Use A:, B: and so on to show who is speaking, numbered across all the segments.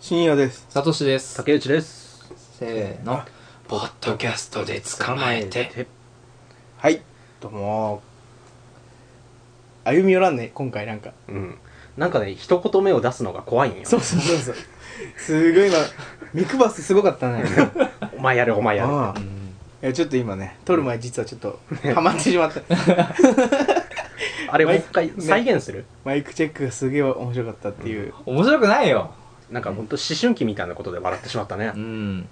A: 深夜です。
B: サトシです。
C: 竹内です
B: せーの。ポッドキャストで捕まえて。
A: はい。どうもー。歩み寄らんね、今回なんか。
C: うんなんかね一言目を出すのが怖いんよ
A: そうそうそうそう。 すごい今、見くばすすごか ったね。
C: お前やれお前やれ
A: ああいや、ちょっと今ね、撮る前実はちょっと、ハマってしまった。
C: あれも
A: マ
C: う
A: イ
C: 一回再現する
A: マイクチェックがすげえ面白かったっていう。
B: 面白くないよ。
C: なんかほんと思春期みたいなことで笑ってしまったね
B: ん。
A: 思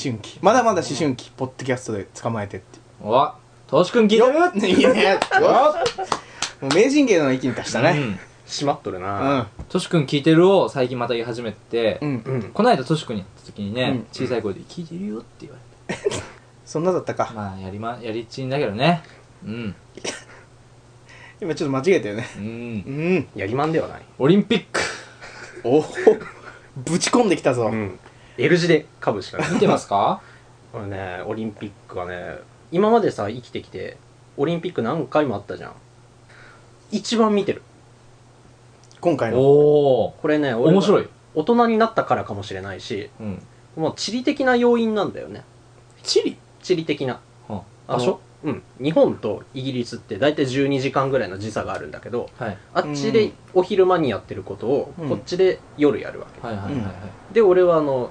A: 春期。まだまだ思春期、ポッドキャストで捕まえてってい
B: お、トシ君聞いてる
A: う。いいね。
B: よ
A: もう名人芸の域に達したね。
C: しまっとる
A: う。
C: なん
B: トシ君聞いてるを最近また言い始めて、
A: うん。
C: うん
B: この間トシ君に会った時にね、
A: うん
B: 小さい声で聞いてるよって言われ
A: そんなだった
B: た。
A: か。
B: まあ、やりま、やりちんだけどね。うん。
A: 今ちょっと間違えたよね。
B: うん。
A: うん。
C: やりまんではない
B: オリンピック。
A: おお。ぶち込んできたぞ
C: う。ん L 字でかぶしかない
B: 見てますか
C: これねオリンピックはね今までさ生きてきてオリンピック何回もあったじゃん一番見てる
A: 今回の。
B: おー。
C: これね
B: 面白
C: い
B: い。
C: 大人になったからかもしれないし
B: うん。
C: もう地理的な要因なんだよね
A: チリ
C: 地理的な
B: は
C: あの
B: 場所
C: うん日本とイギリスって大体12時間ぐらいの時差があるんだけど
B: はい。
C: あっち
A: う
C: で
A: ん
C: お昼間にやってることを、
A: うん
C: こっちで夜やるわけ
B: はいはいはいはい。
C: で俺はあの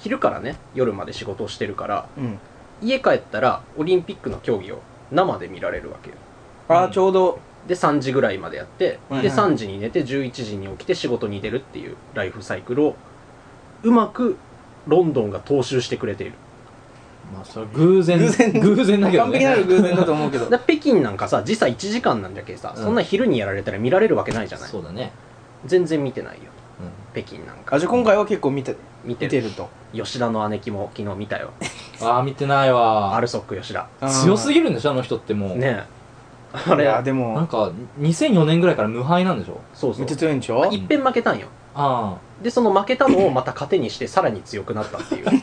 C: 昼からね夜まで仕事をしてるから
A: うん。
C: 家帰ったらオリンピックの競技を生で見られるわけよ
A: ああ、
B: うん
A: ちょうど、
C: で3時ぐらいまでやって、
A: はい
C: で
A: はい
C: 3時に寝て11時に起きて仕事に出るっていうライフサイクルをうまくロンドンが踏襲してくれている
B: まあ、それは偶然。
A: 偶然
B: 偶然だけどね。
A: 完璧なる偶然だと思うけど。
C: だ北京なんかさ時差1時間なんだけどさ、
B: うん
C: そんな昼にやられたら見られるわけないじゃない
B: そうだね。
C: 全然見てないよ
B: うん。
C: 北京なんか
A: あ、じゃあ今回は結構見て、
C: 見て
A: 見
C: る
A: てると。
C: 吉田の姉貴も昨日見たよ
B: ああ、見てないわ
C: アルソック吉田
B: 強す
A: ぎ
B: ぎるんでしょあの人ってもう、
C: ねえあ
A: いや、
C: れ
A: で
B: なん
A: も、
B: か2004年ぐらいから無敗なんでしょ
C: そうそ
A: め
C: う
A: っちゃ強いんでしょ
B: い
C: 一遍負けたんよ
B: あ
C: でその負けたのをまた糧にしてさらに強くなったっていう
A: めっ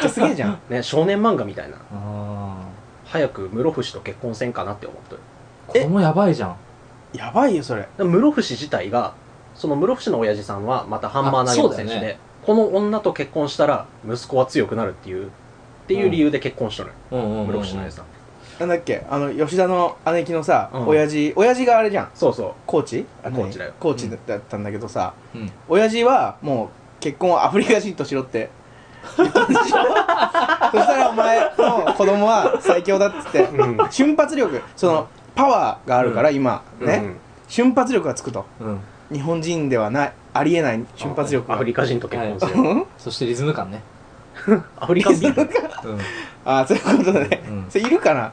A: ちゃすげえじゃん。
C: ね少年漫画みたいな
B: ああ
C: 早く室伏と結婚せんかなって思っとる
B: あ子供やばいじゃん
A: やばいよ、それ。
C: で室伏自体がその室伏の親父さんはまたハンマー投げの選手
B: あそう
C: で、
B: だよ
C: この女と結婚したら息子は強くなるっていうっていう理由で結婚しとる、
B: うんうんうん、うん、
C: 室伏の親父さん
A: なんだっけ、あの、吉田の姉貴のさ、
C: うん
A: 親父、親父があれじゃん。
C: そうそ
A: コーチあ
C: コーチだよ
A: 何コーチだだったんだけどさ、
B: うん
A: 親父はもう結婚はアフリカ人としろって。言ったんで しょそしたらお前の子供は最強だっつって
C: う、うん、
A: 瞬発力そのパワーがあるから今ね、
C: うん
A: 瞬発力がつくと
B: うん
A: 日本人ではないありえない瞬発力
C: ア
A: が
C: フリカ人と結婚する、
A: うん
B: そしてリズム感ね
C: アフリカンビール
B: うん
A: ああそういうことね、
B: うん
A: それいるかな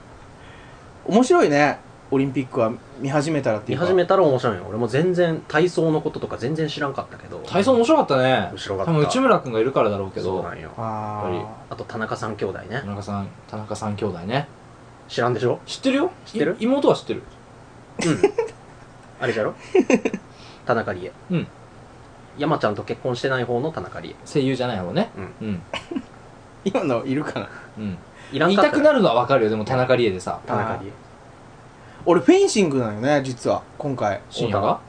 A: 面白いねオリンピックは見始めたらってい
C: 見
A: うか
C: 始めたら面白いよ俺も全然体操のこととか全然知らんかったけど
B: 体操面白かったね
C: 面白かっ
B: 多
C: た
B: 分内村君がいるからだろうけ
C: そう
B: ど
C: なんよ
A: あ
B: やっぱ
A: あ
C: あと田中三兄弟ね
B: 田中さん田中さん兄弟ね
C: 知らんでしょ
B: 知ってるよ
C: 知ってる
B: い妹は知ってる
C: うんあれじゃろ田中理恵
B: うん
C: 山ちゃんと結婚してない方の田中理
B: 声優じゃない方ねうん
A: 今のいるかな
B: うん、
C: 恵いらん
B: 言い
C: かったた
B: くなるのは分かるよでも田中理恵でさ
C: 田中理
A: 俺フェンシングなのよね実は今回
B: 深夜が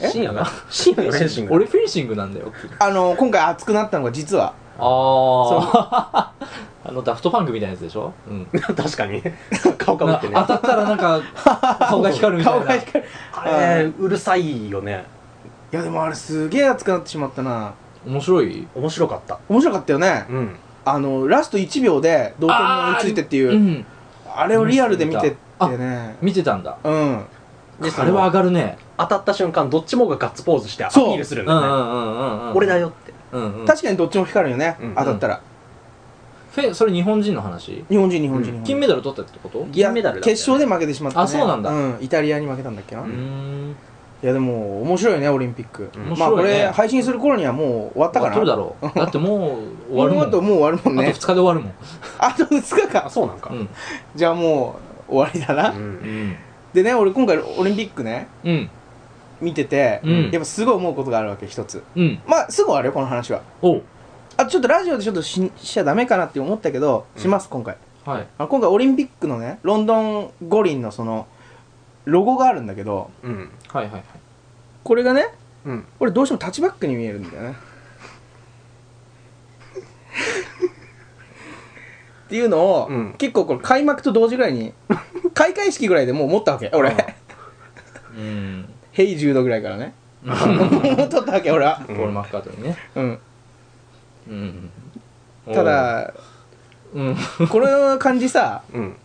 C: 恵ん
A: え
C: 深夜が 深夜のフェンシング
B: 俺フェンシングなんだよ
A: あの今回熱くなったのが実は
B: あ ああのダフトパンクみたいなやつでしょうん
C: 確かに 顔かぶ
B: な
C: って
B: 当
C: ね
B: たったらなんか顔が光るみたいな
A: 顔が光
C: あれうるさいよね
A: いやでもあれすげえ熱くなってしまったな
B: 面白い
C: 面白かった
A: 面白かったよね
C: うん
A: あのラスト1秒で同点に追いついてっていうあ,、
B: ん
A: れをリアルで見てってね
B: 見てたんだ
A: うん
C: でそ
B: あれは上
C: の
B: がるね
C: 当たった瞬間どっちもがガッツポーズしてアピ
A: そう
C: ールする
B: うんん
C: だ
B: うん
C: よね
B: うんうんうん
C: 俺だよって
B: うんうん
A: 確かにどっちも光るよね、
C: うんうん
A: 当たったら
B: フェそれ日本人の話
A: 日本人日本人、
C: うん
A: 日本人
B: 金メダル取ったってこと
A: いや
C: 銀メダルだったよね
A: 決勝で負けてしまった、ね、
B: あそうなんだ
A: イタリアに負けたんだっけな、
B: う
A: い
B: ん
A: やでも面白いねオリンピック、
C: うん
A: まあ
B: 面白いね
A: これ配信する頃にはもう終わったかな
B: 取るだろうだってもう終わるもん
A: この後もう終わるもん
B: あと
A: ね
B: 2日で終わるもん
A: あと2日
C: あ
A: か
C: そうなんか
B: うん
A: じゃあもう終わりだな、
C: うん
B: うん
A: でね俺今回オリンピックね
B: うん
A: 見てて、
B: うん
A: やっぱすごい思うことがあるわけ一つ
B: うん
A: まあすぐ終わるよこの話は
B: おう
A: あちょっとラジオでちょっとししちゃダメかなって思ったけどします今回
B: はい
A: あの今回オリンピックのねロンドン五輪のそのロゴがあるんだけど
C: うん
B: はいはいはい
A: これがね
C: うん
A: 俺どうしてもタッチバックに見えるんだよねっていうのを、
C: うん
A: 結構これ開幕と同時ぐらい に開会式ぐらいでもう持ったわけ俺、
C: うん
B: うん。
A: ヘイ10度ぐらいからね 持っとったわけ俺は、
B: ポール・マッカートニーね。
A: うん、
B: うん。
A: た、だ
B: うん。
A: この感じさ
C: うん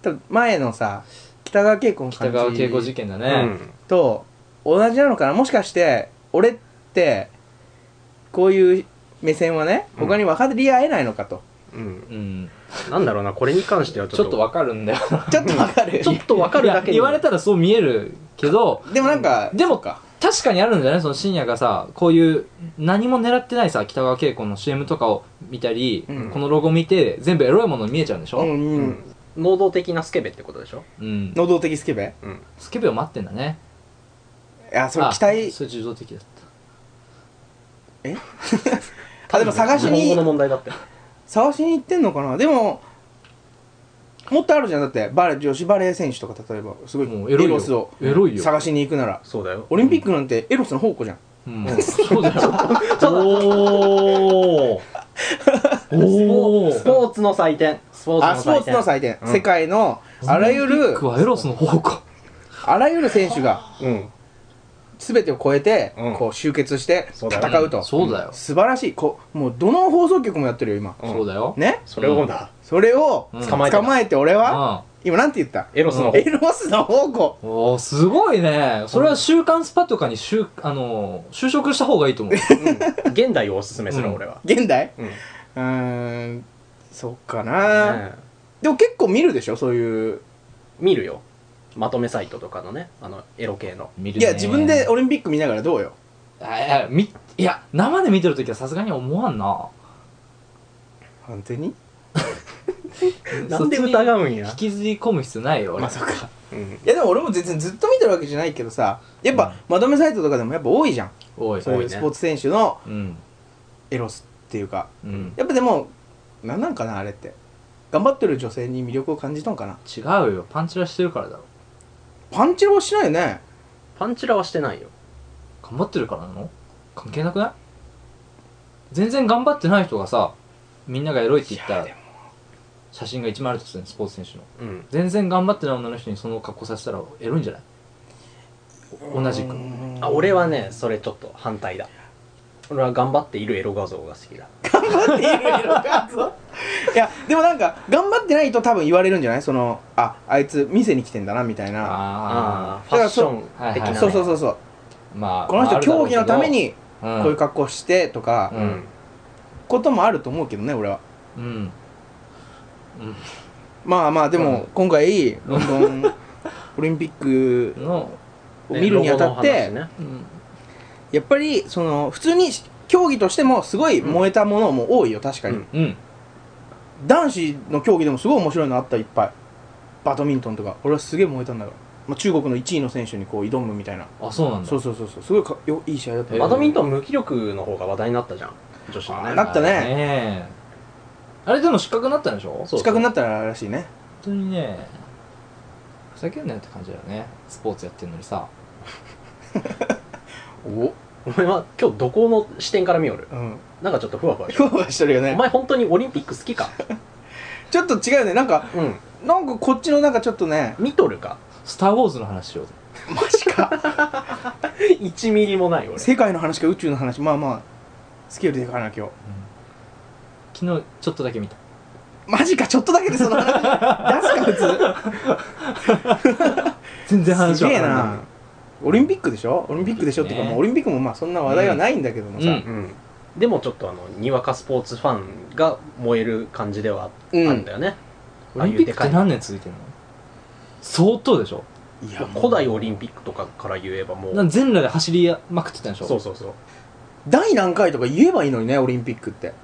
A: 多分前のさ北川景子の
B: 北
A: 感
B: 川景子事
A: じ
B: 件だ
C: う
B: ね。
C: ん
A: と同じなのかなもしかして俺ってこういう目線はね
C: うん
A: 他に分かり合えないのかと、
C: うん
B: うん。
C: なんだろうなこれに関しては
B: ちょっとわかるんだよ。
A: ちょっと分かる
C: ちょっとわかるだけ
B: いや
C: に
B: 言われたらそう見えるけど、
A: でもなんか、
B: でもか。確かにあるんじゃないその深夜がさ、こういう何も狙ってないさ、北川景子の CM とかを見たり、
A: うん
B: このロゴ見て全部エロいものに見えちゃうんでし
A: う
B: ょ
A: んう
C: うんん能動的なスケベってことでしょ
B: うん。
A: 能動的スケベ
C: うん
B: スケベを待ってんだね。
A: いやそれ
B: あ
A: 期待
B: それ受動的だっ
A: あでも探し
C: 日本語の
A: に
C: 問題だって
A: 探しに行ってんのかなでももっとあるじゃんだってバレー女子バレー選手とか例えばすご
B: た。
A: い
B: もう
A: エ
B: エロいよ。
A: ロスを
B: エロいよ。
A: 探しに行くなら
C: そうだよ
A: オリンピックなんてエロスの宝庫じゃん
B: うん。そうだよ。
C: おー
B: おー
C: スポーツの祭典スポー
A: あ
C: ツ
A: スポ
C: の
A: ーツの
C: 祭
A: 祭典、
C: うん
A: 世界のあらゆ
B: オリン
A: る
B: ピックはエロスの方向。
A: あらゆる選手が
C: 典うん
A: 全てを超えて、
C: うん
A: こう集結して
C: そうだ
A: 戦
C: よ
A: うと
B: そうだよ。
A: 素晴らしいこうもうどの放送局もやってるよ今
C: うん
B: そうだよ。
A: ね
C: それをだ
A: それを
B: うん
A: 捕まえてた捕まえて俺は、今なんて言った
C: エロスの
B: うん
A: エロスの宝庫
B: うん。おー、すごいね。それは週刊スパとかに就、あのー、就職した方がい いと思う。
C: うん現代をおすすめする
B: うん
C: 俺は
A: 現代
C: うん
A: うーんそっかな、
C: ね
A: でも結構見るでしょそういう
C: 見るよまとめサイトとかのねあのエロ系の
B: 見る
A: い
B: ね
A: や自分でオリンピック見ながらどうよ
B: あいやみいや生で見てるときはさすがに思わ んな
A: 本当に
C: なんで疑
B: う
C: うんや
B: 引きずり込む必要ないよ俺
A: まあそっか
C: うん
A: いやでも俺も全然ずっと見てるわけじゃないけどさやっぱ、
B: うん
A: まとめサイトとかでもやっぱ多いじゃん
B: おい
A: そう
C: 多
A: い
C: いうね
A: スポーツ選手の
B: うん
A: エロスっていうか
B: うん
A: やっぱでもなんなんかなあれって頑張ってる女性に魅力を感じたのかな
B: 違うよパンチラしてるからだろ
A: パンチラはしないよね
C: パンチラはしてないよ
B: 頑張ってるからなの関係なくない全然頑張ってない人がさみんながエロいって言ったら写真が1枚あるとするねスポーツ選手の
C: うん
B: 全然頑張ってない女の人にその格好させたらエロいんじゃない同じく
A: うん
C: あ俺はねそれちょっと反対だ俺は頑張っているエロ画像が好きだ
A: 頑張っている色がぞいやでもなんか頑張ってないと多分言われるんじゃないそのああいつ店に来てんだなみたいな
B: あ
C: ああ
A: ー
C: ファッション
B: だからそう
C: 的
B: あ
C: な
B: ー
C: ね
A: そうそうそうそう
B: あまあ
A: この人競技のため、に
B: まああ
A: こ
B: るだろ
A: う
B: う
A: いう
B: けど
A: 格好してとか
B: う
C: うんん
A: こともあると思うけどね俺は
B: うんうんうん
A: まあまあで
B: うん
A: も今回ロンドンオリンピック
B: の、
A: を見るにあたっ
C: ねロゴ
A: て
C: の話ね
B: うん、
A: やっぱりその普通に競技としてもすごい燃えたものも多いよ確か
C: う
A: に
C: ん
B: うん、
A: 男子の競技でもすごい面白いのあったいっぱいバドミントンとか俺はすげえ燃えたんだからまあ中国の1位の選手にこう挑むみたいな
B: あそうなんだ
A: そうそうそうそうすごいかよいい試合だった
B: えー
C: バドミントン無気力の方が話題になったじゃん女子の
A: あ
C: ね
A: なったね
B: えあれでも失格になったんでしょ
C: そう
A: 近くになったらしいね
B: 本当にねふざけんなよって感じだよねスポーツやってんのにさ
A: お
C: お前は今日どこの視点から見よる
A: うん
C: なんかちょっとふわふわし
A: ふ
C: て
A: わふわしてるよ
C: お
A: ね
C: 前本当にオリンピック好きか
A: ちょっと違うよねなんか
C: うん
A: なんかこっちのなんかちょっとね
C: 見とるか
B: 「スター・ウォーズ」の話しようぜ
A: マジか
C: 1ミリもない俺
A: 世界の話か宇宙の話まあまあスケールでかいな今日
B: 昨日ちょっとだけ見た
A: マジかちょっとだけでその話出すか普
B: 全然
A: 通
B: 話
A: す
B: は
A: げえ
B: 分から
A: なオリンピックでしょオリンピックでしょっていうか、
B: ね
A: もうオリンピックもまあそんな話題はないんだけどもさ、
B: うん
C: うんでもちょっとあのにわかスポーツファンが燃える感じではあるんだよね、
B: オリンピックって何年続いてんの相当でしょ
A: い
C: もう古代オリン
A: ック
C: ピックとかから言えばも
B: なん
C: う
B: か全裸で走りまくってたんでしょ
C: そうそうそう
A: 第何回とか言えばいいのにねオリンピックって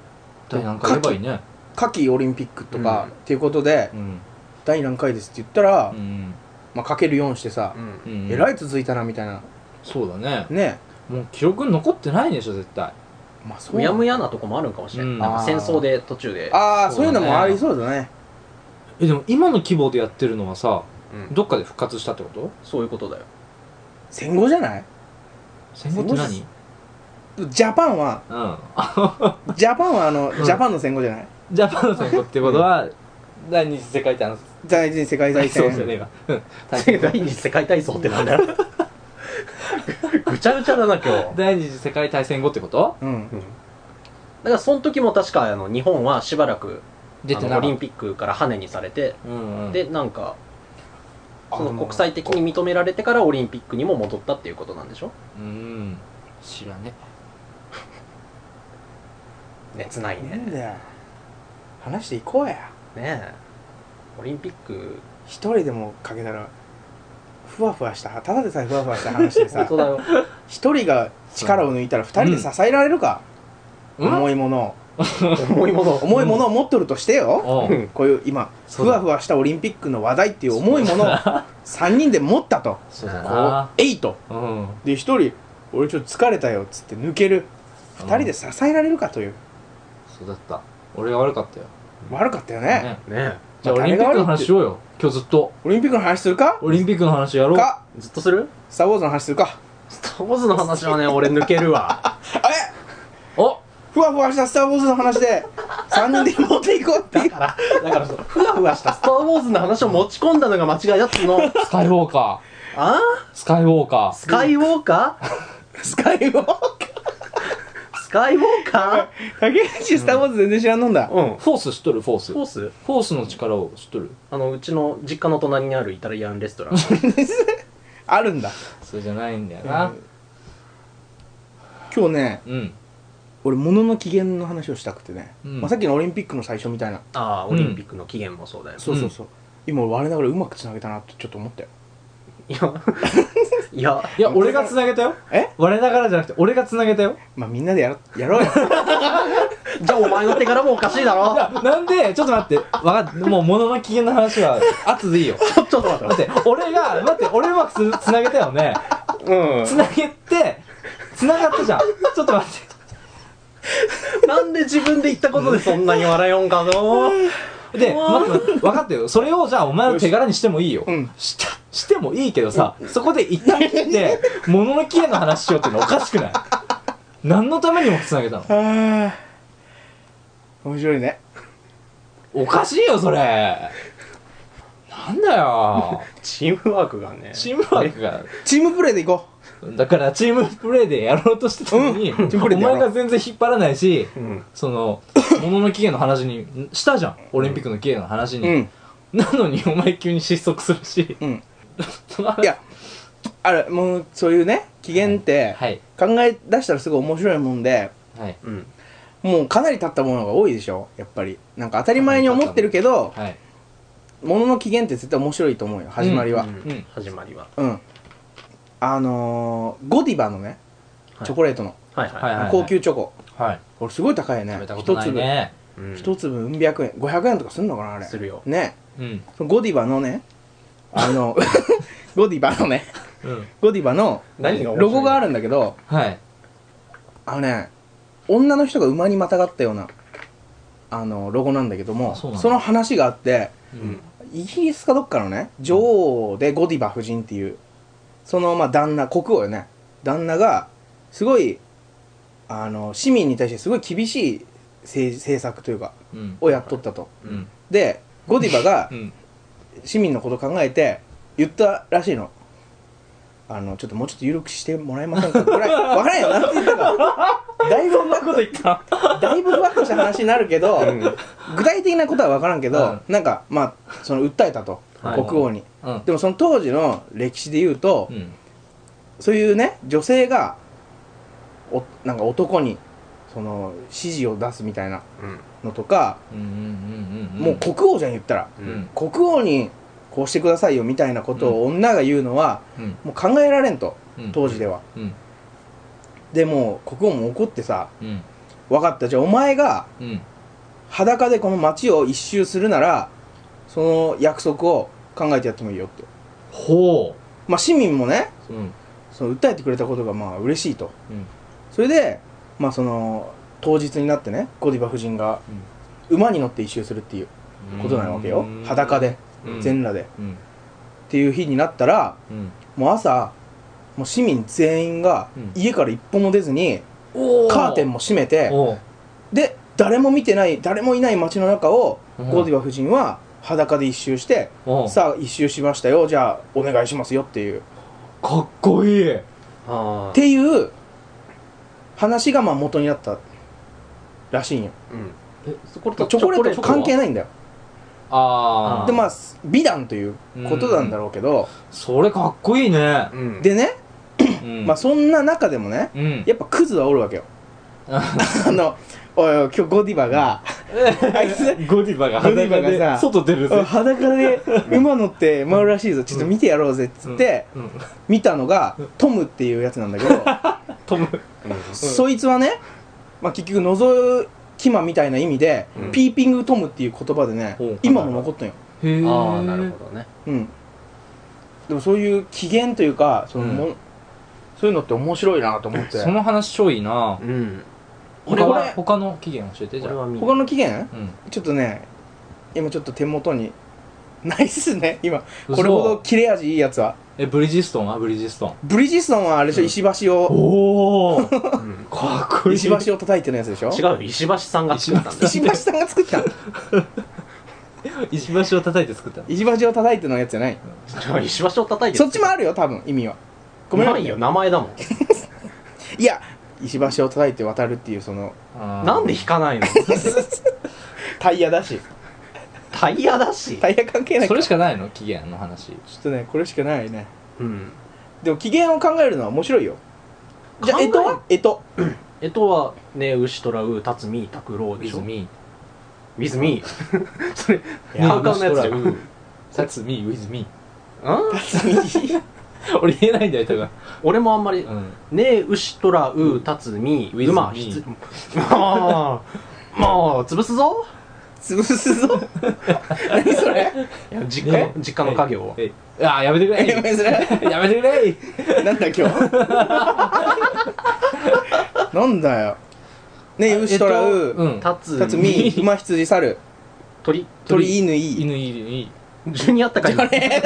B: 第何回言えばいいね
A: 夏季オリンピックとか、
C: うん
A: っていうことで、
B: うん
A: 第何回ですって言ったら、
B: うん
A: まあ、かける4してさ
C: う、
B: うんん
A: えらい続いたなみたいな
B: そうだね
A: ね
B: もう記録に残ってないでしょ絶対
A: まあそう
C: むやむやなとこもあるんかもしれない、
B: うん
C: なんか戦争で途中で
A: ああ
B: そ
A: そ
B: うだね
A: ういうのもありそうだね
B: えでも今の規模でやってるのはさ
C: うん
B: どっかで復活したってこと
C: そういうことだよ
A: 戦後じゃない
B: 戦後って
A: 戦後っ
B: 何
A: すジャパンは
B: うんあ
A: ジャパンはあの、
B: うん
A: ジャパンの戦後じゃない
B: ジャパンの戦後ってことは第二次世界大戦
A: 第二次世界大
B: そうです
A: 戦
B: よね今うん大
C: 第二次世界体操ってなんだよぐちゃぐちゃだな今日だか
B: 第二次世界大戦後ってこと
A: うん
C: らその時も確かあの日本はしばらく
B: 出
C: あ
B: て
C: の
B: な
C: オ
B: い
C: リンピックから羽根にされて、
B: うんうん
C: でなんかそ
A: あ
C: の
A: の
C: 国際的に認められてからオリンピックにも戻ったっていうことなんでしょ
B: うん知らね
C: 熱ない
A: な
C: ね
A: んだよ話していこうや
C: ねえオリンピック
A: 一人でもかけたらふわふわしたただでさえふわふわした話で
C: 本
A: さ
C: 当だよ
A: 一人が力を抜いたら二人で支えられるか、
B: うん
A: 重いものを
C: 重いもの
A: 重いものを持っとるとしてよ、
B: おう
C: うん
A: こういう今
B: そ
A: ふ
B: うだ
A: わふわしたオリンピックの話題っていう重いものを3人で持ったと
B: そうだな
A: えいと
B: うん
A: で一人俺ちょっと疲れたよっつって抜ける二人で支えられるかという、
B: そうだった俺が悪かったよ
A: 悪かったよね
B: ね
C: ね
B: じゃあオリンピックの話しようよ今日ずっと
A: オリンピックの話するか
B: オリンピックの話やろう
A: か
C: えずっとする
A: スター・ウォーズの話するか
C: スター・ウォーズの話はね俺抜けるわ
A: あれ
B: お
A: ふわふわしたスター・ウォーズの話 で3人で持っていこうっていう
C: だからそのふわふわしたスター・ウォーズの話を持ち込んだのが間違いだっつう の
B: スカイウォーカ
C: あ
B: ースカイウォーカ
C: ースカイウォーカー
A: スカイウォーカ
C: スカイウォーカ
A: ー竹内スター・ウォーズ全然知らんのんだ
C: ー うん
B: ーフォース知っとるフォース
C: コース
B: フォースの力を知っとる
C: あのうちの実家の隣にあるイタリアンレスト ラン
A: あるんだ
B: それじゃないんだよな
A: 今日ね
B: うん
A: 俺物の機嫌の話をしたくてね、
B: うん
A: まあ、さっきのオリンピックの最初みたいな
C: ああオリンピックの期限もそうだよ、
A: そうそうそう、今俺我ながらうまくつなげたなってちょっと思ったよ
C: いや いや
B: いや俺がつなげたよ
A: え
B: 我ながらじゃなくて俺がつなげたよ
A: まあみんなで やろやろうよ
C: じゃあお前の手柄もおかしいだろ
B: いやなんでちょっと待ってわかっもう物の機嫌の話は後でいいよ
C: ちょっと待っ
B: 待って俺が待って俺うまくつつなげたよね
C: て。う
B: つなげてつながったじゃんちょっと待って
C: ん。 なんで自分で言ったことでそんなに笑よんかの
B: で、待って待って、分かったよ。それをじゃあお前の手柄にしてもいいよ。
A: うん
B: した、してもいいけどさ、そこで一旦切 って、もののきれの話しようってのおかしくない何のためにもつなげたの
A: あー面白いね
B: おかしいよ、それ。なん だよ。
C: チームワークがね。
B: チームワークが。
A: チームプレーでいこ
B: だから、チームプレーでやろうとしてたのに、
A: チームプレ
B: お
A: ーでやろう
B: 前が全然引っ張らないし、
C: うん。
B: その、もののきれの話に、んしたじゃん。オリンピックのきれの話
A: うう
B: に。
A: ん
B: なのに、お前急に失速するし。
A: うん いやあれもうそういうね機嫌って
B: はい。
A: 考え出したらすごい面白いもんで
B: はい。
C: うん。
A: もうかなり経ったものが多いでしょやっぱりなんか当たり前に思ってるけど
B: はい。
A: ものの機嫌って絶対面白いと思うよ始まりは
B: んうん
C: 始まりは。
A: うん、あのー、ゴディバのね
C: はい
A: チョコレートの、
C: はい
B: はいはい
A: 高級チョコ
B: はい。
A: これすごい高いよね
B: 食べたことないね。
C: うん
A: 一粒一粒うん百円500円とかすんのかなあれ
C: するよ。
A: ね
B: うん。
A: そのゴディバのねあ のゴディバのね
B: うん。
A: ゴディバの
C: 何が面白い
A: ロゴがあるんだけど
B: はい。
A: あのね女の人が馬にまたがったようなあのロゴなんだけども
B: あそ
A: そ
B: うなんだ
A: の話があって
C: うん。
A: イギリスかどっかのね女王でゴディバ夫人っていうそのまあ旦那国王よね旦那がすごいあの市民に対してすごい厳しい政政策というか
B: うん。
A: をやっとったと
B: うん。
A: でゴディバ が
B: うん。
A: 市民のこと考えて言ったらしいのあのちょっともうちょっと緩くしてもらえませんかこれ分からんよなんて言った かだいぶ
B: そんなこと言った
A: だいぶふわっとした話になるけど、具体的なことは分からんけど、なんかまあその訴えたと、
B: はい
A: 国王に
B: うん。
A: でもその当時の歴史で言うと、
B: うん。
A: そういうね女性がおなんか男にその指示を出すみたいな
C: うん。
A: のとか、
B: うん。うん。うん。
A: もう国王じゃん言ったら
C: う
B: うんん。
A: 国王にこうしてくださいよみたいなことを女が言うのは、
B: うん。
A: もう考えられんと
B: うん。
A: 当時では、
B: うん。
A: でもう国王も怒ってさ
B: うん。
A: 分かったじゃあお前が
B: うん。
A: 裸でこの街を一周するならその約束を考えてやってもいいよって
B: ほ
A: まあ市民もね
B: う。うん。
A: その訴えてくれたことがまあ嬉しいと
B: うん。
A: それでまあその当日になってねゴディバ夫人が馬に乗って一周するっていうことなわけよ裸で
B: うん
A: 全裸でっ
B: うん。
A: ていう日になったら
B: うん。
A: もう朝もう市民全員が
B: うん
A: 家から一歩も出ずに
B: お
A: カーテンも閉めて
B: お
A: で誰も見てない誰もいない街の中を
B: うん
A: ゴディバ夫人は裸で一周して、
B: うん
A: さあ一周しましたよじゃあお願いしますよっていうっ
B: かっこいい
C: ああ
A: ていう話がまあ元になったらしいんよ
C: うん
B: え
C: そこれと
A: チョコレート
B: チョコレート
A: 関係ないんだよ
B: ああ
A: でまあ美談ということなんだろうけど、
B: それかっこいいね、
C: うん
A: でね、
B: うん、
A: まあそんな中でもね
B: うん
A: やっぱクズはおるわけよ あのおいおい今日ゴディバがあいつ
B: ゴディバが
A: ゴディバがさ
B: 裸で外出る
A: おい
B: ぜ
A: 裸で馬乗って回るらしいぞちょっと見てやろうぜっつって
B: うんうん
A: 見たのがトムっていうやつなんだけど
B: トム
A: そいつはね、まあ、結局覗き魔みたいな意味で、
C: うん
A: ピーピングトムっていう言葉でね
B: ほう
A: 今も残ってんよ、
B: へえ
C: ああなるほどね
A: うん、でもそういう機嫌というかそのもん、そういうのって面白いなと思って
B: その話超いいな
C: うん
A: 俺
B: 他
A: は
B: は他の期限教えてじ
C: 俺
B: ゃあ
C: は見
A: 他の機嫌
B: うん
A: ちょっとね今ちょっと手元にないっすね今
B: 嘘
A: これほど切れ味いいやつは
B: えブリヂストンはブリヂストン
A: ブリヂストンはあれでしょ、
B: うん
A: 石橋を
B: おおか
C: うん
B: っこいい
A: 石橋を叩いてるやつでしょ
C: 違うよ石橋さんが作ったんだ
A: 石橋さんが作った
B: 石橋を叩いて作ったの
A: 石橋を叩いてのやつじゃない
C: 違う石橋を叩いて
A: そっちもあるよ多分意味はごめん
C: ないよ名前だもん
A: いや石橋を叩いて渡るっていうその
B: あー
C: なんで引かないの
A: タイヤだし
C: タイヤだし
A: タイヤ関係ない
B: そ
A: から
B: れしかないの期限の話
A: ちょっとねこれしかないね
C: うん
A: でも機嫌を考えるのは面白いよじゃあ
C: 考え
A: えとはえと
C: えとはね牛虎う辰巳拓郎でしょ
B: with me
C: 水見 それ
A: いや
C: カウカウのやつじゃん
B: う
C: うん
B: that's me with me
A: 辰
B: 俺言えないんだよ多分
C: 俺もあんまり
B: うん
C: ねえ、牛、虎、う、辰、み、
B: With
C: 馬、
B: me
C: 羊。まあ、まあ、潰すぞ
A: 巳潰すぞ 何それ
C: いや実家よ
B: ね、
C: 実家の家業を。
B: えいあーやめてく
A: や
B: れ
A: めそれ
B: やめてくれ
A: なんだ今日 なんだよねえ牛とら
B: えっと
A: う
B: うん
C: 辰、
A: 辰 巳馬羊猿
C: 鳥、
A: 鳥犬いい
B: 犬いるいい
C: ジュニアったか い
A: あれ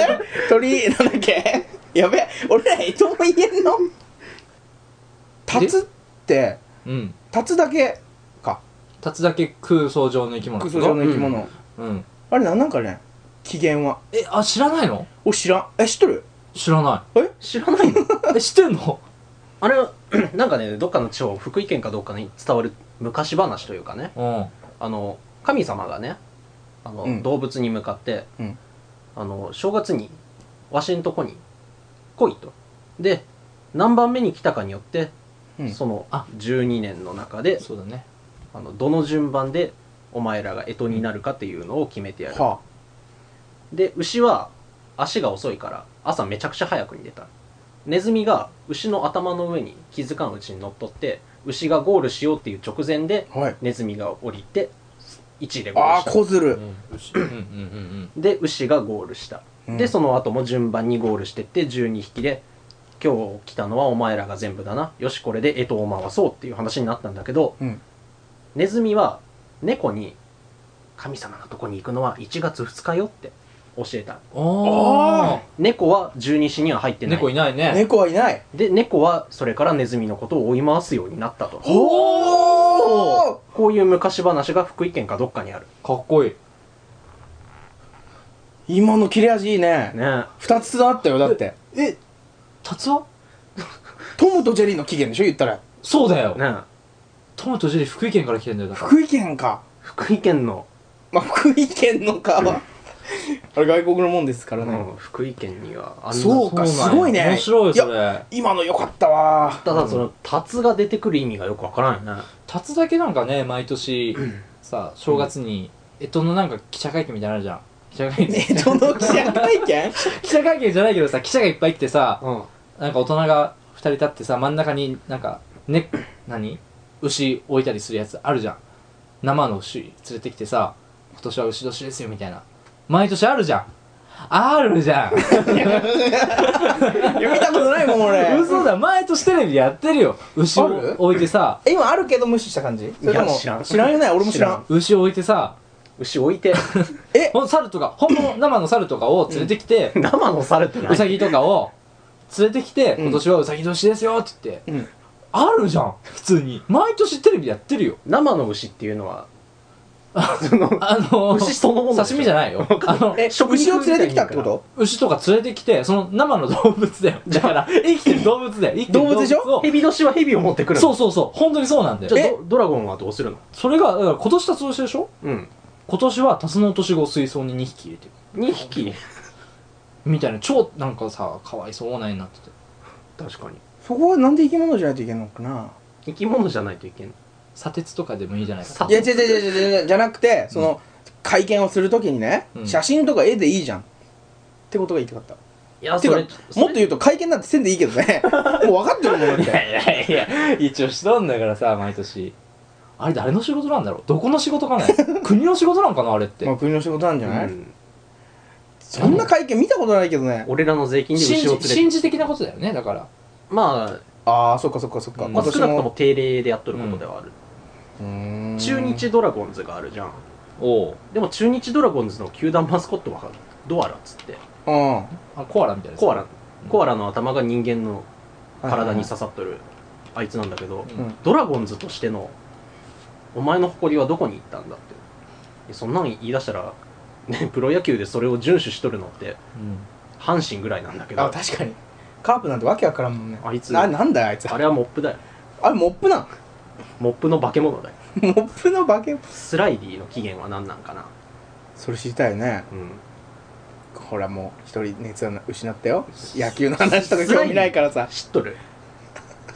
A: 鳥なんだっけやべえ俺らえとも言えんの立つって
B: うん
A: 立つだけか
B: 立つだけ空想上の生き物
A: 空想上の生き物、
B: うん
A: あれなんなんかね機嫌は
B: えあ知らないの
A: お知らんえ知っとる
B: 知らな
C: 知らない の
B: いえ知ってんの
C: あれ、 なんかね、どっかの地方、福井県かどっかに伝わる昔話というかね、
B: うん
C: あの、神様がね、あの、
A: うん
C: 動物に向かって、
A: うん
C: あの、正月に、わしんとこに来いと。で、何番目に来たかによって、
A: うん
C: その
B: あ
C: 12年の中で
B: そうだね
C: あのどの順番でお前らが干支になるかっていうのを決めてやる、
A: は
C: で牛は足が遅いから朝めちゃくちゃ早くに出たネズミが牛の頭の上に気づかんうちに乗っ取って牛がゴールしようっていう直前で
A: あはい
C: ネズミが降りて1位でゴール
A: ああ
C: した
A: こず
B: う
A: る、
B: ん牛うんうんうん
C: で牛がゴールした、
A: うん
C: でその後も順番にゴールしてって12匹で今日来たのはお前らが全部だなよしこれで干支を回そうっていう話になったんだけど
A: うん
C: ネズミは猫に神様のとこに行くのは1月2日よって教えた
B: うんああ
C: 猫は十二支には入ってない
B: 猫いないね
A: 猫はいない
C: で猫はそれからネズミのことを追い回すようになったと
A: ほー
C: こういう昔話が福井県かどっかにある
B: かっこいい
A: 今の切れ味いいね
C: ね
A: 二つあったよだって
B: え達は
A: トムとジェリーの起源でしょ言ったら
B: そうだよ
C: えねえ
B: トムとジェリー福井県から来てんだよだから
A: 福井県か
C: 福井県の、
A: まあ福井県の かはあれ外国のもんですからね、
C: うん福井県にはあんな
A: そうか
B: なんや
A: すごいね
B: 面白いそれ
A: 今の良かったわ
C: ただその「達」が出てくる意味がよくわからんよね
B: 達だけなんかね毎年さ正月に干支のなんか記者会見みたいなのあるじゃん記者会見
A: えとの記者会見
B: 記者会見じゃないけどさ記者がいっぱい来てさ
C: うん
B: なんか大人が2人立ってさ真ん中になんかね何牛置いたりするやつあるじゃん生の牛連れてきてさ今年は牛年ですよみたいな毎年あるじゃんあるじゃ ん
A: いや見たことないもん俺
B: 嘘だ毎年テレビでやってるよ牛を
A: ある
B: 置いてさ
A: え今あるけど無視した感じそれと
C: い
A: も
C: や知らん
A: 知らんよね俺も知らん
B: 牛を置いてさ
C: 牛置いて
A: え
B: ほん猿とか本物生の猿とかを連れてきて、
C: 生の猿って
B: ウ
C: 何
B: サギとかを連れてきて、
A: うん
B: 今年はウサギ年ですよって言って、
A: うん
B: あるじゃん普通に毎年テレビでやってるよ
C: 生の牛っていうのは
B: あの
C: 牛そのものでしょ
B: 刺身じゃないよあの
A: え
C: 食
A: 牛
C: 肉
A: を連れてきたってこと
B: 牛とか連れてきてその生の動物だよだから生きてる動物だよ生きて
A: 動
B: る
A: 物でしょ
B: を
C: 蛇年は蛇を持ってくる
B: そううそうそう本当にそうなんだ
C: じ
B: よ
C: ゃあ
A: え
C: ドドラゴンはどうするの
B: それがだから今年たつ年でしょ
C: うん
B: 今年はタツノオトシゴを水槽に2匹入れてる
C: 2匹
B: みたいな超なんかさかわいそうな絵になってて
C: 確かに
A: そこはなんで生き物じゃないといけないのかな
C: 生き物じゃないといけない
B: 砂鉄とかでもいいじゃないです
C: 砂
B: か
A: いや違う違う違う違う違うじゃなくてその、会見をするときにね、
B: うん
A: 写真とか絵でいいじゃんってことが言いたかった
C: いや
A: て
C: そ
A: か
C: れ
A: もっと言うと会見なんてせんでいいけどねもう分かってるもんだっ
B: いや
A: て
B: いやいや一応しとんだからさ毎年あれ誰の仕事なんだろうどこの仕事かね国の仕事なんかなあれって
A: まあ国の仕事なんじゃない、
C: うん
A: そんな会見見たことないけどね
C: 俺らの税金で
B: 信
C: 牛を連
B: じ
C: れて
B: 信じ的なことだよねだから
C: ま
A: ああそっかそっかそっか、
B: うん
A: 今
C: あまあ
A: 年
C: 少なくとも
A: も
C: 定例でやっとることではある
A: うーん
C: 中日ドラゴンズがあるじゃん
B: おお
C: でも中日ドラゴンズの球団マスコットはドアラっつって
A: うん
B: あコアラみたいなやつ
C: コアラ
B: ん
C: コアラの頭が人間の体に
A: さ
C: 刺さっとるあいつなんだけど
B: うん
A: うん
C: ドラゴンズとしてのお前の誇りはどこに行ったんだってえそんなん言い出したら、 ね、プロ野球でそれを遵守しとるのって阪神ぐらいなんだけど
A: あ確かにカープなんてわけわからんもんね
C: あいつ
A: あなんだよあいつ
C: あ
A: あ
C: れはモップだよ
A: れモップなん
C: モップの化け物だよ
A: モップの化け
C: スライディの起源は何なんかな
A: それ知りたいよね
C: うん
A: ほらもう一人熱を失ったよ野球の話とか興味ないからさ
C: 知っとる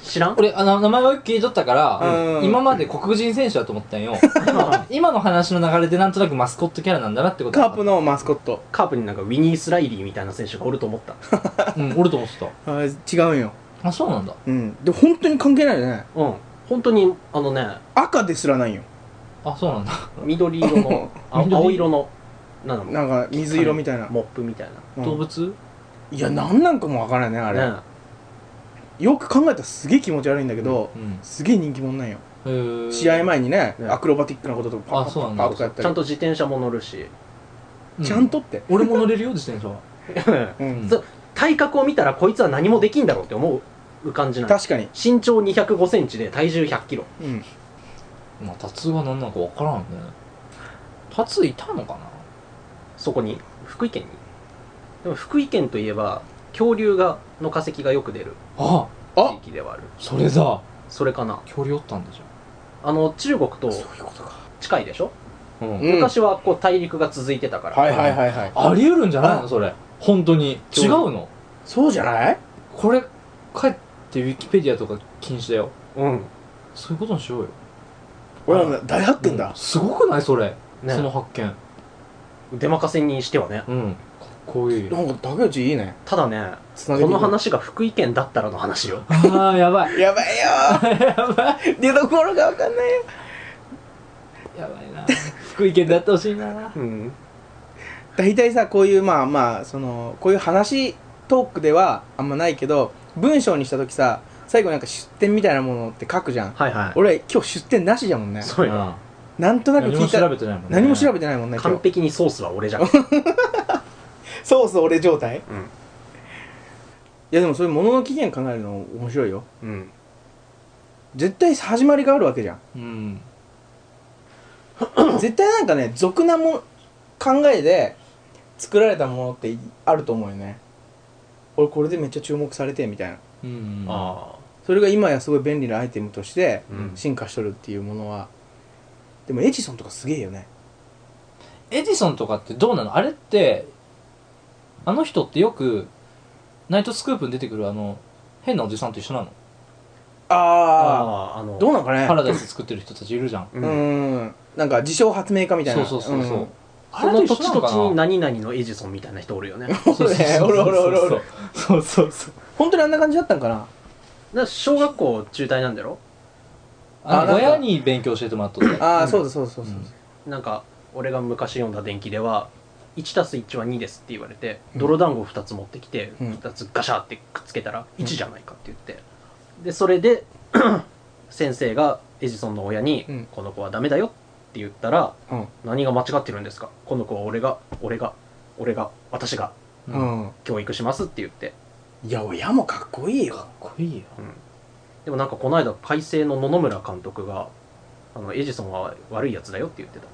C: 知らん
B: 俺あの名前はよく聞いとったから
A: うん
B: 今まで黒人選手だと思った んよでも今の話の流れでなんとなくマスコットキャラなんだなってこと
A: カープのマスコット
C: カープになんかウィニー・スライディみたいな選手がおると思った
B: うん俺と思って
A: あ違うんよ
B: たあそうなんだ
A: うんで本当に関係ないよね
C: うん本当にあのね
A: 赤ですらないよ
B: あそうなんだ
C: 緑色 のあ
B: 緑
C: 青色のなんだろう
A: なんか水色みたいな、
C: モップみたいな
A: うん
B: 動物
A: いや何なんかもわからんねあ
C: あ
A: れ、よく考えたらすげえ気持ち悪いんだけど、
B: うん
A: すげえ人気者なんよ
B: へー
A: 試合前にね、
C: ね
A: アクロバティックなこととかパッパ
B: あそうな
A: ッ
B: ん
A: パ
B: だ
A: ッとかやったり
C: ちゃんと自転車も乗るし
B: う
A: ちゃんとって、
B: 俺も乗れるよ自転車は
A: うん
C: そう体格を見たらこいつは何もできんだろうって思う感じなんです
A: 確かに、
C: 身長205センチで体重100キロ
A: うん、
B: まあ、タツは何なのか分からんねタツいたのかな
C: そこに福井県にでも福井県といえば恐竜がの化石がよく出る
B: あ
A: あ
C: 地域ではある
B: それだ
C: それかな
B: 恐竜おったんでし
C: あの中国と
A: ういうことか、
C: 近いでしょ、
B: ょ、う
A: うん、
C: 昔はこう大陸が続いてたから、
A: はいはいはいはい
B: あり得るんじゃないのそれ本当に違
C: 恐
B: う
C: 竜
B: の
A: そうじゃない
B: これ帰ってウィキペディアとか禁止だよ
C: うん
B: そういうことにしようよ
A: 俺は大発見だ、
B: すごくないそれ、
C: ね
B: その発見
C: 出任せにしてはね
B: うんかっこいい
A: なんか竹内いいね
C: ただね
A: つなげて
C: こ
A: く
C: の
A: る
C: 話が福井県だったらの話よ
B: ああやばい
A: やばいよ ー出どころがわかんないよ
B: やばいな福井県でやってほしいな
C: うん
A: 大体さこういうまあまあそのこういう話トークではあんまないけど文章にした時さ最後なんか出典みたいなものって書くじゃん
C: はいはい
A: 俺今日出典なしじゃもんね
C: そうよ
B: ん
A: なんとなく
B: 何
A: 聞
B: も
A: いた
B: 調べてないもんね
A: 何も調
B: べ
A: べてないもんね今
C: 完
A: 日
C: 璧にソースは俺じゃん
A: ソース俺状態
C: う
A: い
C: ん
A: やでもそういうものの起源考えるの面白いよ
C: うん
A: 絶対始まりがあるわけじゃん
B: うん
A: 絶対なんかね俗なもん考えで作られたものってあると思うよね俺これでめっちゃ注目されてみたいな
B: うん
C: あ
A: それが今やすごい便利なアイテムとして
C: あうん
A: 進化しとるっていうものはでもエジソンとかすげえよね
B: エジソンとかってどうなのあれってあの人ってよくナイトスクープに出てくるあの変なおじさんと一緒なの
A: あ
C: あああの
A: あどうなんかね
B: パラダイス作ってる人たちいるじゃん
A: う
C: うん
A: んなんか自称発明家みたい
B: そう
A: な
B: そうそうそうあ
C: そ
B: れ
C: の
B: と
C: 土
B: 一緒
C: 地
B: な
C: 土
B: の
C: 地
B: か
C: に
B: な
C: 何々のエジソンみたいな人おるよねだ
B: そ
C: か
B: うそうそ う
A: おるおるおるおる
B: そうそうそう
A: 本当にあんな感じだったんかな
C: ら小学校中退なんだろ
B: あ
A: あ
B: の
A: なんか
B: 親に勉強教えてもらっとって
A: ああ、
C: うん
A: そうだそうだそうだそう
C: なんか俺が昔読んだ電気では1たす1は2ですって言われて泥団子2つ持ってきて
A: うん
C: 2つガシャってくっつけたら
A: うん
C: 1じゃないかって言ってでそれで 先生がエジソンの親に
A: うん
C: 「この子はダメだよ」って言ったら
A: だ
C: 「何が間違ってるんですかこの子は俺が俺が俺が私が
A: う
B: かっ
A: ん、うん、
C: 教育します」って言って
A: いや親もかっこいいよ
B: こいいよ
C: でもなんかこの間改正の野々村監督があのエジソンは悪いやつだよって言ってた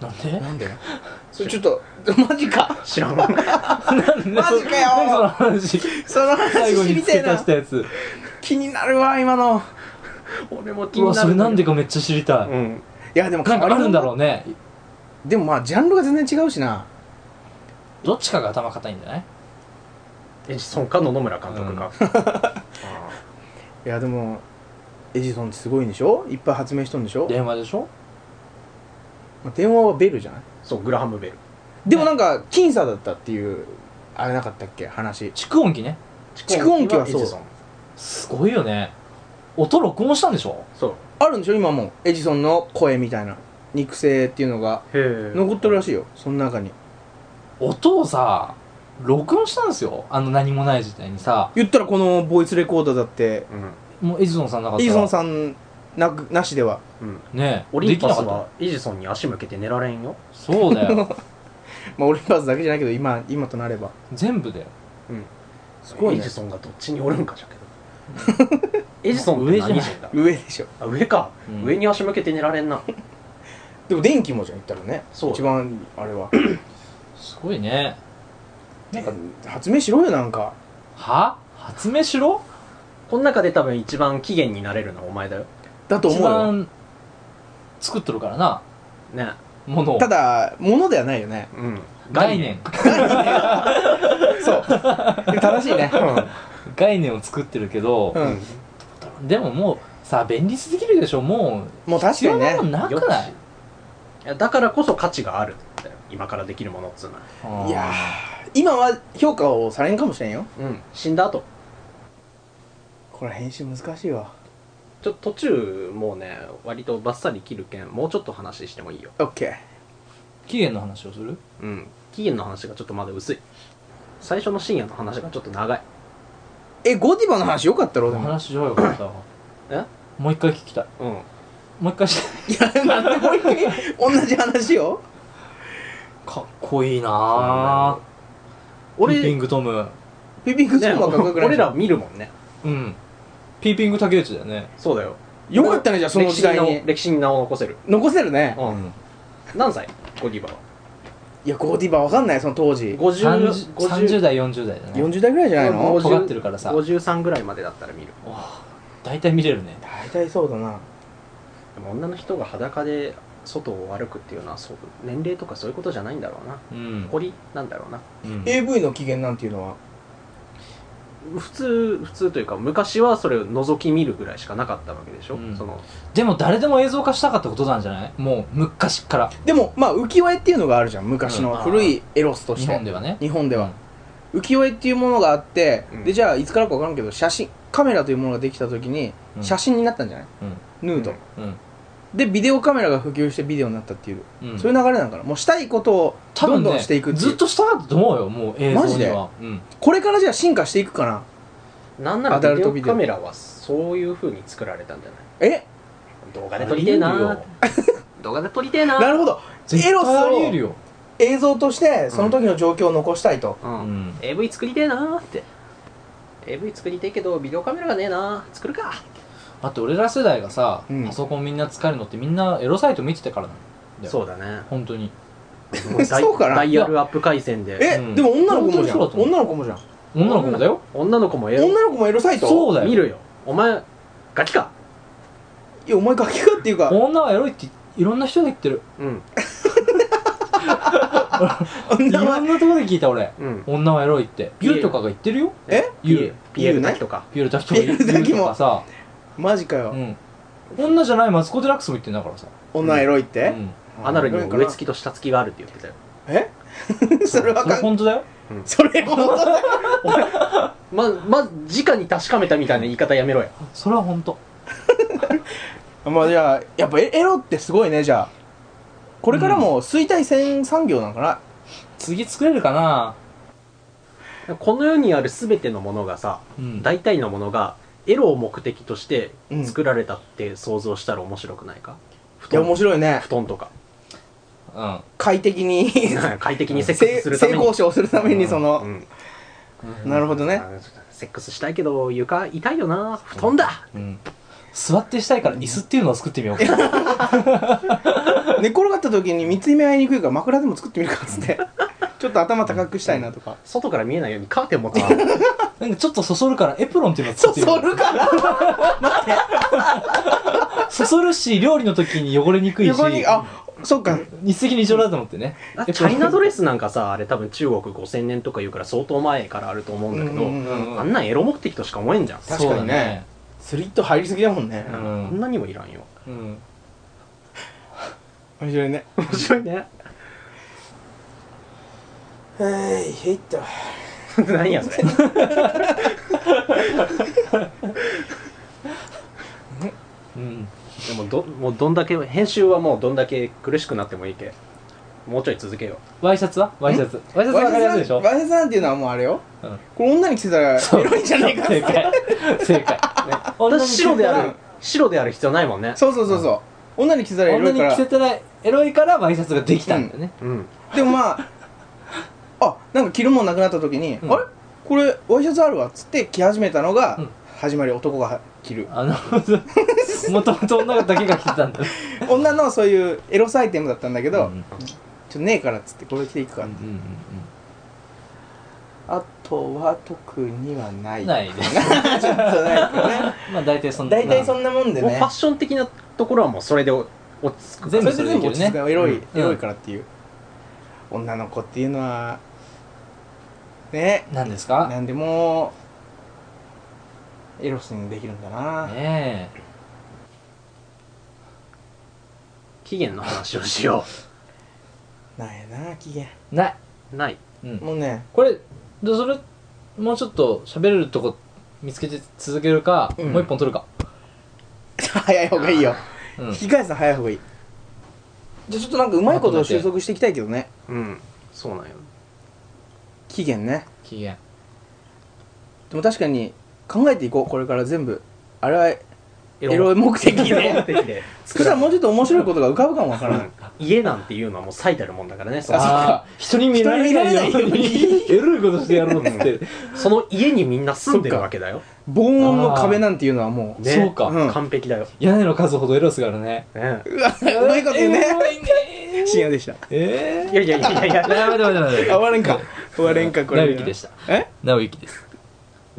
B: なんで
A: なんでそれ ちょっとマジか
C: 知らん あ
A: マジかよ
B: 何その話
A: その
B: 最
A: 話
B: 後に
A: み
B: 付
A: たい
B: け足
A: な
B: したやつ
A: 気になるわ今の
C: 俺も気
B: う
C: にな
B: わ
C: る
B: それなんでかめっちゃ知りたい、
C: うん
A: いやでも
B: なんかあるんだろ
A: う
B: うね
A: でもまあジャンルが全然違うしな
B: どっちかが頭固いんじゃない
C: エジソンか野々村監督か、あ
A: いやでもエジソンってすごいんでしょいっぱい発明しとんでしょ
B: 電話でしょ
A: まあ電話はベルじゃない
C: ーそうグラハム・ベル
A: でもなんか僅差だったっていうあれなかったっけ話
B: 蓄音機ね
A: 蓄音機はそう
C: エジソン
B: すごいよね音録音したんでしょ
C: そう
A: あるんでしょ今もエジソンの声みたいな肉声っていうのが
C: へえ
A: 残ってるら
C: い
A: しいよその中に
B: 音をさ録音したんですよあの何もない時代にさ
A: 言ったらこのボイスレコーダーだって
C: うん
B: もうエジソンさんなかっ
A: エ
B: た
A: ジ
B: ら
A: ソンさんなくなしでは
C: うん
B: ね
C: オ
B: えで
C: リン
B: きな
C: パ
B: か
C: ス
B: った
C: はエジソンに足向けて寝られんよ
B: そうだよ
A: まあオリンパスだけじゃないけど今今となれば
B: 全部だよ
A: すごい
C: エ
A: ね
C: ジソンがどっちにおるんかじゃけど エジソンって何人だ
A: 上でしょ
C: あ上か、
B: うん
C: 上に足向けて寝られん な
A: でも電気もじゃん言ったらね
C: そう
A: 一番あれは
B: すごいね
A: なんか発明しろよなんか
B: は発明しろ
C: この中で多分一番期限になれるのはお前だよ
A: だと思
B: 一
A: うよ
B: 番作っとるからな
C: ね
B: ものを
A: ただものではないよね
C: うん
B: 概念
A: そう 正しいね
B: 概念を作ってるけど
A: う、ん、
B: でももうさ便利すぎるでしょも
A: もう
B: う
A: 確
B: 必
A: かに
B: 要
A: ね
B: なもんな
C: よ
B: くない
C: しいやだからこそ価値があるんだよ今からできるものっつうのは
B: うん
A: いやー今は評価をされんかもしれんよ
C: うん死んだ後
A: これ編集難しいわ
C: ちょっと途中もうね割とバッサリ切るけんもうちょっと話してもいいよ
A: OK
B: 期限の話をする
C: うん期限の話がちょっとまだ薄い最初の深夜の話がちょっと長い
A: えゴディバの話よかったろ
B: お
A: で も
B: 話しようよかったわ
C: え
B: もう一回聞きたい
C: うん
B: もう一回した
A: いや
B: い
A: なんでもう一回同じ話よ
B: かっこいいなぁピーピ
C: 俺
B: ングトム
A: ピピンクス
C: ね
A: ーパーかっこよくない
C: 俺ら見るもんね
B: うんピーピング竹内だよね
C: そうだよ
A: よかったねじゃあその時代
C: 歴史
A: に
C: の歴史に名を残せる
A: 残せるね
C: う
B: うん
C: 何歳ゴディバはい
A: やゴディバわかんないその当時
B: 30,
C: 50
B: 30代40代だね
A: 40代ぐらいじゃないの
B: 尖ってるからさ
C: 53ぐらいまでだったら見る
B: おー大体見れるね
A: 大体そうだな
C: でも女の人が裸で外を歩くっていうのはそう年齢とかそういうことじゃないんだろうな
B: うん、
C: 誇りなんだろうな
B: うん
A: AV の起源なんていうのは
C: 普通普通というか昔はそれを覗き見るぐらいしかなかったわけでしょ、
B: うん
C: その
B: でも誰でも映像化したかったことなんじゃないもう昔っから
A: でもまあ浮世絵っていうのがあるじゃん昔
C: うん
A: の
C: あー
A: 古いエロスとし
B: 日
A: て
B: 本ではね
A: 日本では浮世絵っていうものがあって、
C: うん
A: でじゃあいつからか分からんけど写真カメラというものができた時に
B: うん
A: 写真になったんじゃない、ヌード、
B: うん
A: でビデオカメラが普及してビデオになったっていう、
B: うん
A: そういう流れなのかなもうしたいことを
B: 多
A: ど
B: 分
A: ん
B: ね
A: どんしていくっていう、
B: ずっとしたかったと思うよもう映像には
A: マジで
B: うん、
A: これからじゃあ進化していくかな
C: なんなら
A: アダル
C: ビデ
A: ト
C: オ
A: ビデオ
C: カメラはそういう風に作られたんじゃない
A: え
C: 動画で撮りてえ
B: あり
C: な
B: 得るよ
C: 動画で撮りてえな
A: なるほど
B: 絶
A: エロス
B: 対あり得る
A: を
B: よ、
A: 映像としてその時の状況を残したいと、
C: う
B: うんん、
C: AV 作りてえなーって AV 作りてえけどビデオカメラがねえなー作るか
B: だって俺ら世代がさ、
A: うん
B: パソコンみんな使えるのってみんなエロサイト見ててからなの
C: そうだね
B: 本当に
A: ダイ そうかな
C: ダイヤルアップ回線で
A: え、
B: うん
A: でも女の子もじゃん
B: 本当にそうだと思う
A: 女の子もじゃん
B: 女の子もだよ
C: 女の子もエロ
A: 女の子もエロサイト
B: そうだよ
C: 見るよお前ガキか
A: いやお前ガキかっていうか
B: 女はエロいっていろんな人が言ってる
C: うん
B: い
A: 女
B: ろ
A: は
B: んなとこで聞いた俺
C: うん
B: 女はエロいって
C: いえ
B: ユウとかが言ってるよ
A: え
B: ユ
C: ピ
B: ウ
C: ピエール滝とか
B: ピエール滝とか
A: ピエ
B: ユ
A: ール滝も
B: ウとかさ、
A: マジかよ、
B: うん、女じゃないマツコ・デラックスも言ってんだからさ、
A: 女エロいっ
B: う
A: て、
B: ん、
C: アナルにも上付きと下付きがあるって言ってたよ
A: え それは
B: それ
A: かん
B: 本当だよ
A: それ本当だよ
C: まま直に確かめたみたいな言い方やめろよ
B: それは本当
A: まあじゃあやっぱエエロってすごいねじゃあこれからも衰退せん産業なんかな、
B: 次作れるかな
C: この世にある全てのものがさ
B: うん
C: 大体のものがエロを目的として作られたって想像したら面白くないか、布
A: いや面
C: 団
A: 白いね
C: 布団とか
B: うん
A: 快適 に
C: 快適にセック
A: 性
C: スするため
A: 性
C: に
A: 交渉するためにそ の、
C: うん
A: なるほどね
C: あセックスしたいけど床痛いよな布団だ
B: うん座ってしたいから椅子っていうのを作ってみようか。
A: 寝転がった時に三つ目合いにくいから枕でも作ってみるかっつって ちょっと頭高くしたいなとか
C: 外から見えないようにカーテン 持ってた
B: なんかちょっとそそるからエプロンっていうのを
A: そ
B: 作っ
A: う
B: てみ
A: そ
B: よう
A: るから
B: そそるし、料理の時に汚れにくいし、
A: 横にあそっか
B: 日石二鳥だと思ってね。
C: チャイナドレスなんかさあれ多分中国5000年とか言うから相当前からあると思うんだけど、
A: うんうん
B: う
A: うんん
C: あんなんエロ目的としか思えんじゃん、
A: 確かにね。スリット入りすぎだもんね
B: う
C: うんん、あんなにもいらんよ
B: そうだねうん。
A: 面白いね
C: 面白いね
A: はいへいっと
C: 何 やそれ
B: うん。
C: でもどもうどんだけ編集はもうどんだけ苦しくなってもいいけもうちょい続けよ
B: ワイシャツはワイシャツ。ワイシャツわかりやすいでしょ
A: 和田さんっていうのはもうあれよ
B: うん
A: これ女に着てたら
B: そう
A: エロいんじゃないか
B: 正解。正解。
C: う、ね、
B: 女に着
C: 私
B: せ
C: 白であ
A: う
C: る
A: ん
C: 白である必要ないもんね
A: そうそうそうそう女に着てたらエロ
B: 女
A: い
B: に
A: から
B: 着せてない、エロいからワイシャツができたんだよね。
C: うん
A: でもまああなんか着るもんなくなった時に、
B: うん
A: あれこれワイシャツあるわっつって着始めたのが、
B: うん
A: 始まり男が着る
B: あの、 もともと女だけが着てたんだけ
A: 女のそういうエロサイテムだったんだけど、
B: うんうん
A: ちょっとねえからっつってこれ着ていくか、
B: うん
A: あとは特にはな
B: う
A: い
B: ん。ないいね。
A: ちょっとないけどね
B: まあ大体そんな。
A: 大体そんなもんで
C: もうフ
A: ね
C: ァッション的なところはもうそれで落ち着く
A: そ
B: 全部
A: れ
B: そ
A: で
B: れ
A: 全部
B: でい
A: 落
B: ける
A: ち着
B: ね
A: く。エロい、
B: うん
A: エロいからっていう女の子っていうのはね
B: なんですか
A: なんでもエロスにできるんだな、
B: ねえ。
C: 期限の話をしよ
A: なんやな機嫌
B: ない。
C: うない
B: うん。
A: もうね
B: これ、どそれ、もうちょっと喋れるとこ見つけて続けるか、
A: うん
B: もう一本取るか。
A: 早い方がいいよ
B: うん
A: 引。き返すの早い方がいいじゃあちょっとなんかうまいことを収束していきたいけどね
C: うんそうなんよ
A: 期限ね
B: 期限。
A: でも確かに考えていこうこれから全部あれはエ
C: エロ
A: ロい目的
C: 目
A: で
C: 的で
A: そしたらもうちょっと面白いことが浮かぶかもわからない
C: 家なんていうのはもう最たるもんだからねその
B: ああ、人に見られないように、エロいことしてやろうって言って。
C: その家にみんな住んでるわけだよ、
A: 防音の壁なんていうのはも
C: ね、
B: そうか
A: うん
C: 完璧だよ、
B: 屋根の数ほどエロスがあるね。
C: ね
A: ううわうまいこと言う
B: エ
A: ね
B: ロいね
A: 深夜でした
B: え
C: いやいやいやいやいや
B: ー。あ、待て待て待て。
A: 終われんか終われんかこれ
B: なびきでした。
A: え
B: なびきです。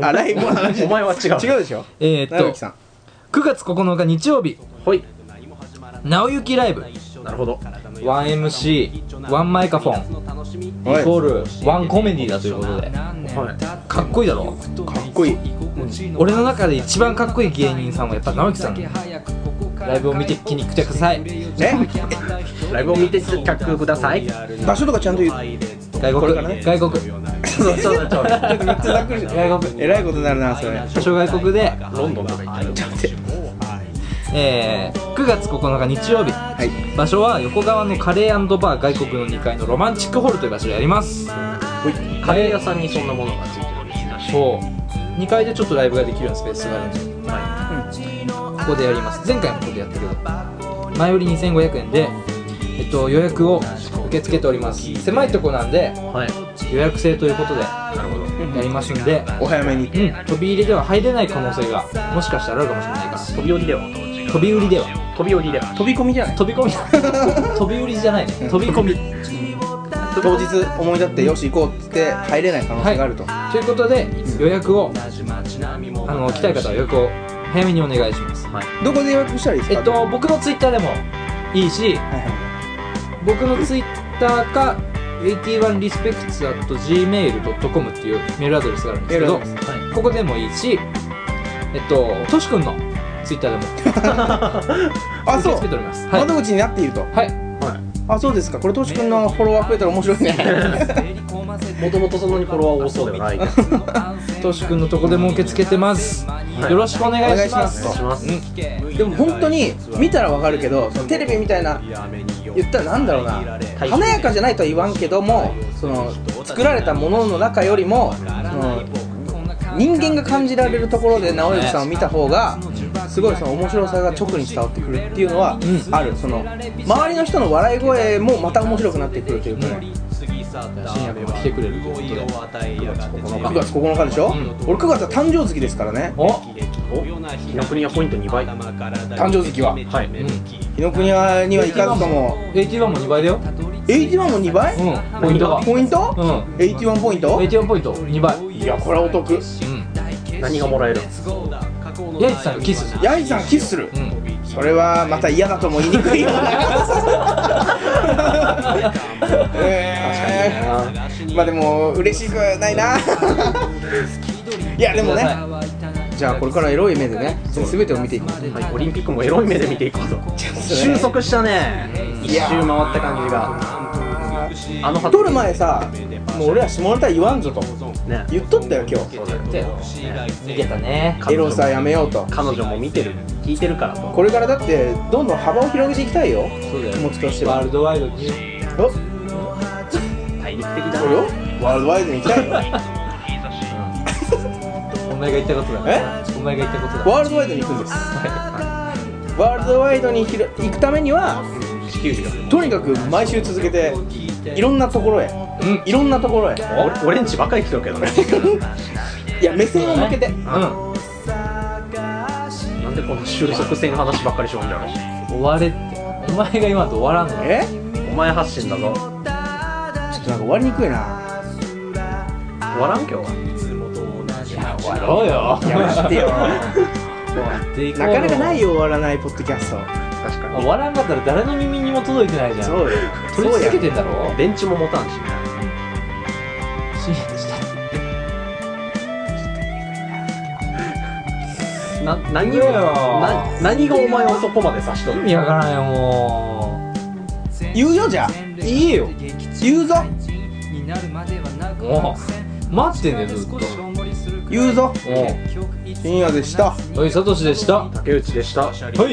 A: あライブの話
C: お前は違う
A: 違うでしょ
B: えー、っ
A: なび
B: と
A: き、さん
B: 9月9日日曜日、
C: ほい
B: 直行ライブ、
C: なるほど
B: 1MC、ワンマイカフォン、
A: はい
B: イコール、ワンコメディだということで、
C: は
B: かっこいいだろ。
A: かっこいい
B: 俺の中で一番かっこいい芸人さんはやっぱ直行さん。ライブを見て聞きに来てください。
A: ね
C: いライブを見てきたください
A: 場所とかちゃんと言う
B: 外
A: これ
B: 国、
A: がね
B: 外国。
A: そう そうそうちょっとめっちゃざっくりし
B: 外国
A: えらいことになるなそれ
B: 場所外国で、
C: ロンドンとか行ったら
A: ちょっと待って
B: えー、9月9日日曜日、
A: はい
B: 場所は横川のカレーバー外国の2階のロマンチックホールという場所でやります
C: カレー屋さんにそんなものがついてるんですね
B: そう2階でちょっとライブができるようなスペースがあるんで
C: は
B: ここでやります前回もここでやったけど前売り2500円で、えっと、予約を受け付けております狭いとこなんで
C: いはい
B: 予約制ということで
C: なるほど
B: やりますんで、
A: お早めに
B: うん、飛び入りでは入れない可能性がもしかしたらあるかもしれないから
C: 飛び降りでは
B: 飛び売りでは
C: 飛び降りでは
A: 飛び込みじゃない
B: 飛び込み 飛び売りじゃないね飛び込み
A: 当日思い立ってよし行こうっつって入れない可能性があると、
B: ということで予約をあの来たい方は予約を早めにお願いします
A: どこで予約したらいいです
B: え
A: か
B: っと僕のツイッターでもいいし
A: はいは
B: 僕のツイッターか 81respects.gmail.com っていうメールアドレスがあるんですけど
A: メールアドレ
B: ここでもいいしえっととしくんのツイッターでも
A: いあ
B: 受け
A: そう
B: 付けておりますはい、
A: 窓口になっていると
B: はい、
A: あそうですかこれとし君のフォロワー増えたら面白いね
C: も ともとそんなにフォロワー多そうではないけど
B: としくんのとこでも受け付けてます、
C: い
B: よろしくお願いします
A: お願いします
C: します
A: でも本当に見たらわかるけどそのテレビみたいな言ったらなんだろうな華やかじゃないとは言わんけどもその作られたものの中よりもその人間が感じられるところで直之さんを見た方がすごいその面白さが直に伝わってくるっていうのは
B: ん
A: ある、その周りの人の笑い声もまた面白くなってくるというか、ね
B: 深夜も来てくれるということで
A: 9月9日でしょ、
B: う
A: 俺9月は誕生月ですからね
B: お
C: お
D: 紀
C: の国屋ポイント2倍
D: 誕
A: 誕生月ははい
D: い
B: うん
A: 紀ノ国屋には行かずとも
B: 81も2倍だよ
A: 81も2倍、
B: うんポイントが
A: ポイント
B: うん
A: 81ポイント
B: 81ポイント2倍うん
A: いやこれはお得
C: 何がもらえる
B: ヤイチさんがキスする
A: ヤイさんキスする
B: うん
A: それはまた嫌だとも言いにくいよね え
C: あ
A: ーまあでも嬉しくないないやでもね じゃあこれからエロい目でね全てを見ていく
C: ーはいオリンピックもエロい目で見ていこうと収束したね一周回った感じがあの
A: 撮る前さもう俺ら下ネタ言わんぞと
C: ね
A: 言っとったよ今日
C: そうだよ
B: だよ
C: ね
B: 逃げたね
A: エロさやめようと
C: 彼女も見てる聞いてるからと
A: これからだってどんどん幅を広げていきたいよ
B: そうだ
A: 気
B: よ
A: 持ちとして
B: ワー
A: は
B: ルドワイドに
A: お
C: 大陸的だ
A: そうよワールドワイドに行きたいよ
B: お前が言ったことだお前が言ったことだ
A: ワールドワイドに行くんですワールドワイドにひろ行くためには
C: 地球儀が
A: とにかく毎週続けていろんなところへ
B: うん
A: いろんなところへ
C: 俺俺んちばっかり来てるけどね
A: いや目線を向けて
B: うん
C: なんでこの収束性の話ばっかりしようんだろう
B: 終われってお前が今と終わらんの
A: え
C: お前発信だ
A: ちょっ
C: ぞ
A: となんか終わりにくいな
C: 終わらん今日は
B: 終わろうよ
A: やめてよ
B: 終わっていこう
A: なかなかないよ終わらないポッドキャスト
C: 確か
B: 終わらんかったら誰の耳にも届いてないじゃん
A: そうよ
B: 取
A: そう
B: り続
A: や
B: けてんだろ
C: 電池も持たんし
B: 深夜でした
C: な何
B: いや
C: を
B: いや
C: な何がお前をそこまで差しと
B: 意
C: る
B: 味わからんよも
A: 言うよじゃあ
B: ういいよ
A: 言うぞ
B: もう待ってんだよずっと
A: 言うぞ
B: お
A: 深夜でした
B: うはいサトシでした
C: 竹内でした
B: はいポ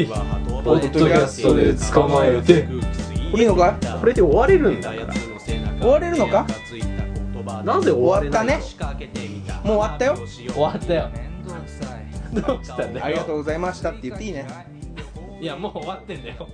B: ッドキャストで捕まえて
A: いいのかい
C: これで終われるんだから
A: 終われるのか
C: なぜ終
A: 終
C: われ
A: わっ
C: な
A: た
C: い
A: ねもう終わったよ
B: 終わったよどうしたんだよ
A: ありがとうございましたって言っていいね
B: いやもう終わってんだよ